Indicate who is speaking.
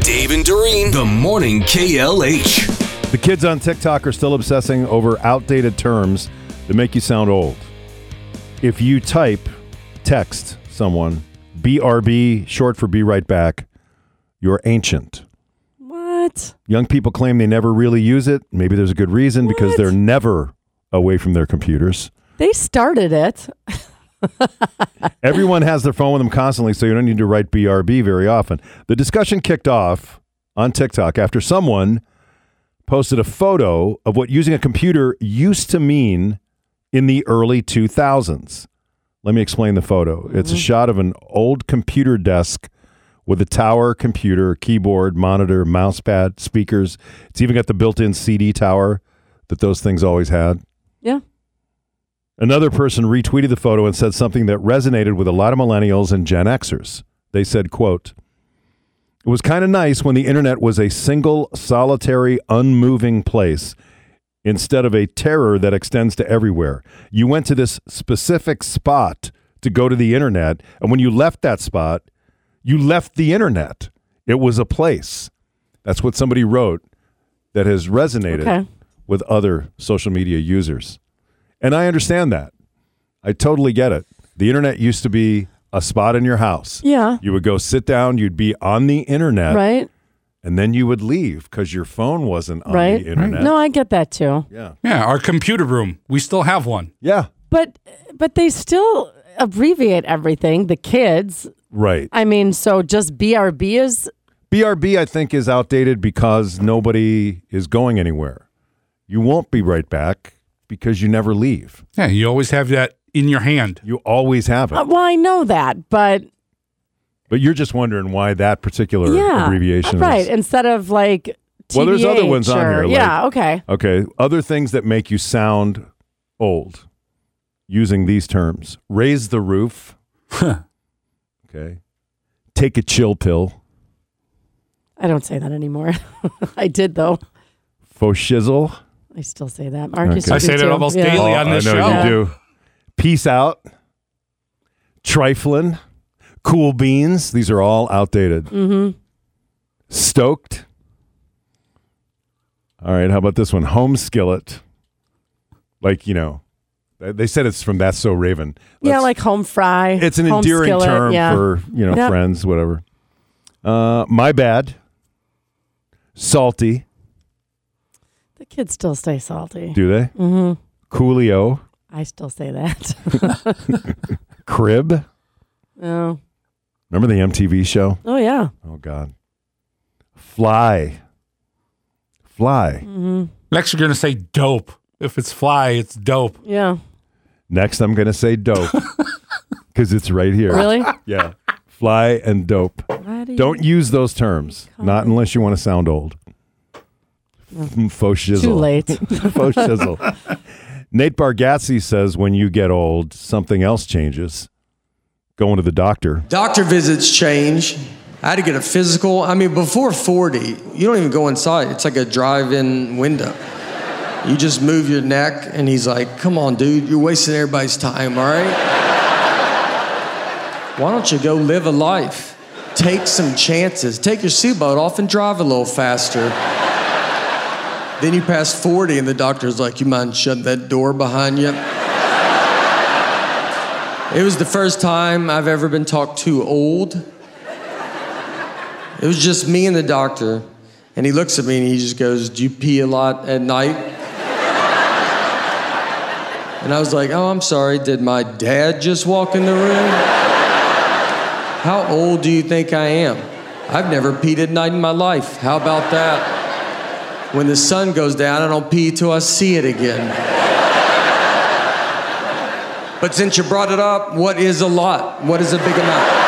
Speaker 1: Dave and Doreen, the morning KLH.
Speaker 2: The kids on TikTok are still obsessing over outdated terms that make you sound old. If you type, text someone, BRB, short for be right back, you're ancient.
Speaker 3: What?
Speaker 2: Young people claim they never really use it. Maybe there's a good reason because
Speaker 3: What?
Speaker 2: they're never away from their computers.
Speaker 3: They started it.
Speaker 2: Everyone has their phone with them constantly, so you don't need to write BRB very often. The discussion kicked off on TikTok after someone posted a photo of what using a computer used to mean in the early 2000s. Let me explain the photo. It's a shot of an old computer desk with a tower computer, keyboard, monitor, mouse pad, speakers. It's even got the built in CD tower that those things always had.
Speaker 3: Yeah.
Speaker 2: Another person retweeted the photo and said something that resonated with a lot of millennials and Gen Xers. They said, quote, It was kind of nice when the internet was a single, solitary, unmoving place instead of a terror that extends to everywhere. You went to this specific spot to go to the internet, and when you left that spot, you left the internet. It was a place. That's what somebody wrote that has resonated
Speaker 3: Okay.
Speaker 2: with other social media users. And I understand that. I totally get it. The internet used to be a spot in your house.
Speaker 3: Yeah.
Speaker 2: You would go sit down, you'd be on the internet,
Speaker 3: Right?
Speaker 2: and then you would leave because your phone wasn't on
Speaker 3: Right?
Speaker 2: the internet.
Speaker 3: No, I get that too.
Speaker 2: Yeah.
Speaker 4: Yeah, our computer room. We still have one.
Speaker 2: Yeah.
Speaker 3: But but they still abbreviate everything, the kids.
Speaker 2: Right.
Speaker 3: I mean, so just BRB is
Speaker 2: BRB, I think, is outdated because nobody is going anywhere. You won't be right back because you never leave.
Speaker 4: Yeah, you always have that in your hand.
Speaker 2: You always have
Speaker 3: uh,
Speaker 2: it.
Speaker 3: well, I know that, but
Speaker 2: But you're just wondering why that particular
Speaker 3: yeah.
Speaker 2: abbreviation
Speaker 3: Right.
Speaker 2: is.
Speaker 3: Instead of like TBH
Speaker 2: Well, there's other ones on
Speaker 3: or-
Speaker 2: here, like-
Speaker 3: yeah, okay.
Speaker 2: Okay. Other things that make you sound old using these terms raise the roof. okay. Take a chill pill.
Speaker 3: I don't say that anymore. I did though.
Speaker 2: Faux shizzle.
Speaker 3: I still say that. Mark used
Speaker 2: Okay.
Speaker 3: to
Speaker 2: I
Speaker 3: do
Speaker 4: say that
Speaker 3: too.
Speaker 4: almost
Speaker 3: yeah.
Speaker 4: daily. on
Speaker 2: I know
Speaker 4: this show.
Speaker 2: you do. Peace out. Triflin. Cool beans. These are all outdated. Mm-hmm. Stoked. All right. How about this one? Home skillet. Like, you know, they- they said it's from That's So Raven.
Speaker 3: Yeah,
Speaker 2: Let's-
Speaker 3: like home fry.
Speaker 2: it's an
Speaker 3: home
Speaker 2: endearing
Speaker 3: skillet,
Speaker 2: term
Speaker 3: yeah.
Speaker 2: for you know
Speaker 3: Yep.
Speaker 2: friends, whatever. Uh, my bad. Salty,
Speaker 3: the kids still stay salty.
Speaker 2: do they? Mm-hmm. Coolio,
Speaker 3: I still say that.
Speaker 2: crib.
Speaker 3: oh.
Speaker 2: Remember the MTV show?
Speaker 3: oh yeah.
Speaker 2: Oh God. Fly. Fly.
Speaker 3: Mm.
Speaker 4: Next, you're gonna say dope. If it's fly, it's dope.
Speaker 3: Yeah.
Speaker 2: Next, I'm gonna say dope because it's right here.
Speaker 3: Really?
Speaker 2: Yeah. Fly and dope.
Speaker 3: Why do you-
Speaker 2: Don't use those terms. Not unless you want to sound old. Mm, Faux shizzle.
Speaker 3: Too late.
Speaker 2: Faux shizzle. Nate Bargatze says when you get old, something else changes. Going to the doctor.
Speaker 5: Doctor visits change. I had to get a physical. I mean, before 40, you don't even go inside. It's like a drive in window. You just move your neck, and he's like, Come on, dude, you're wasting everybody's time, all right? Why don't you go live a life? Take some chances. Take your seatbelt off and drive a little faster. then you pass 40, and the doctor's like, You mind shutting that door behind you? It was the first time I've ever been talked to old. It was just me and the doctor. And he looks at me and he just goes, Do you pee a lot at night? And I was like, Oh, I'm sorry. Did my dad just walk in the room? How old do you think I am? I've never peed at night in my life. How about that? When the sun goes down, I don't pee till I see it again. But since you brought it up, what is a lot? What is a big amount?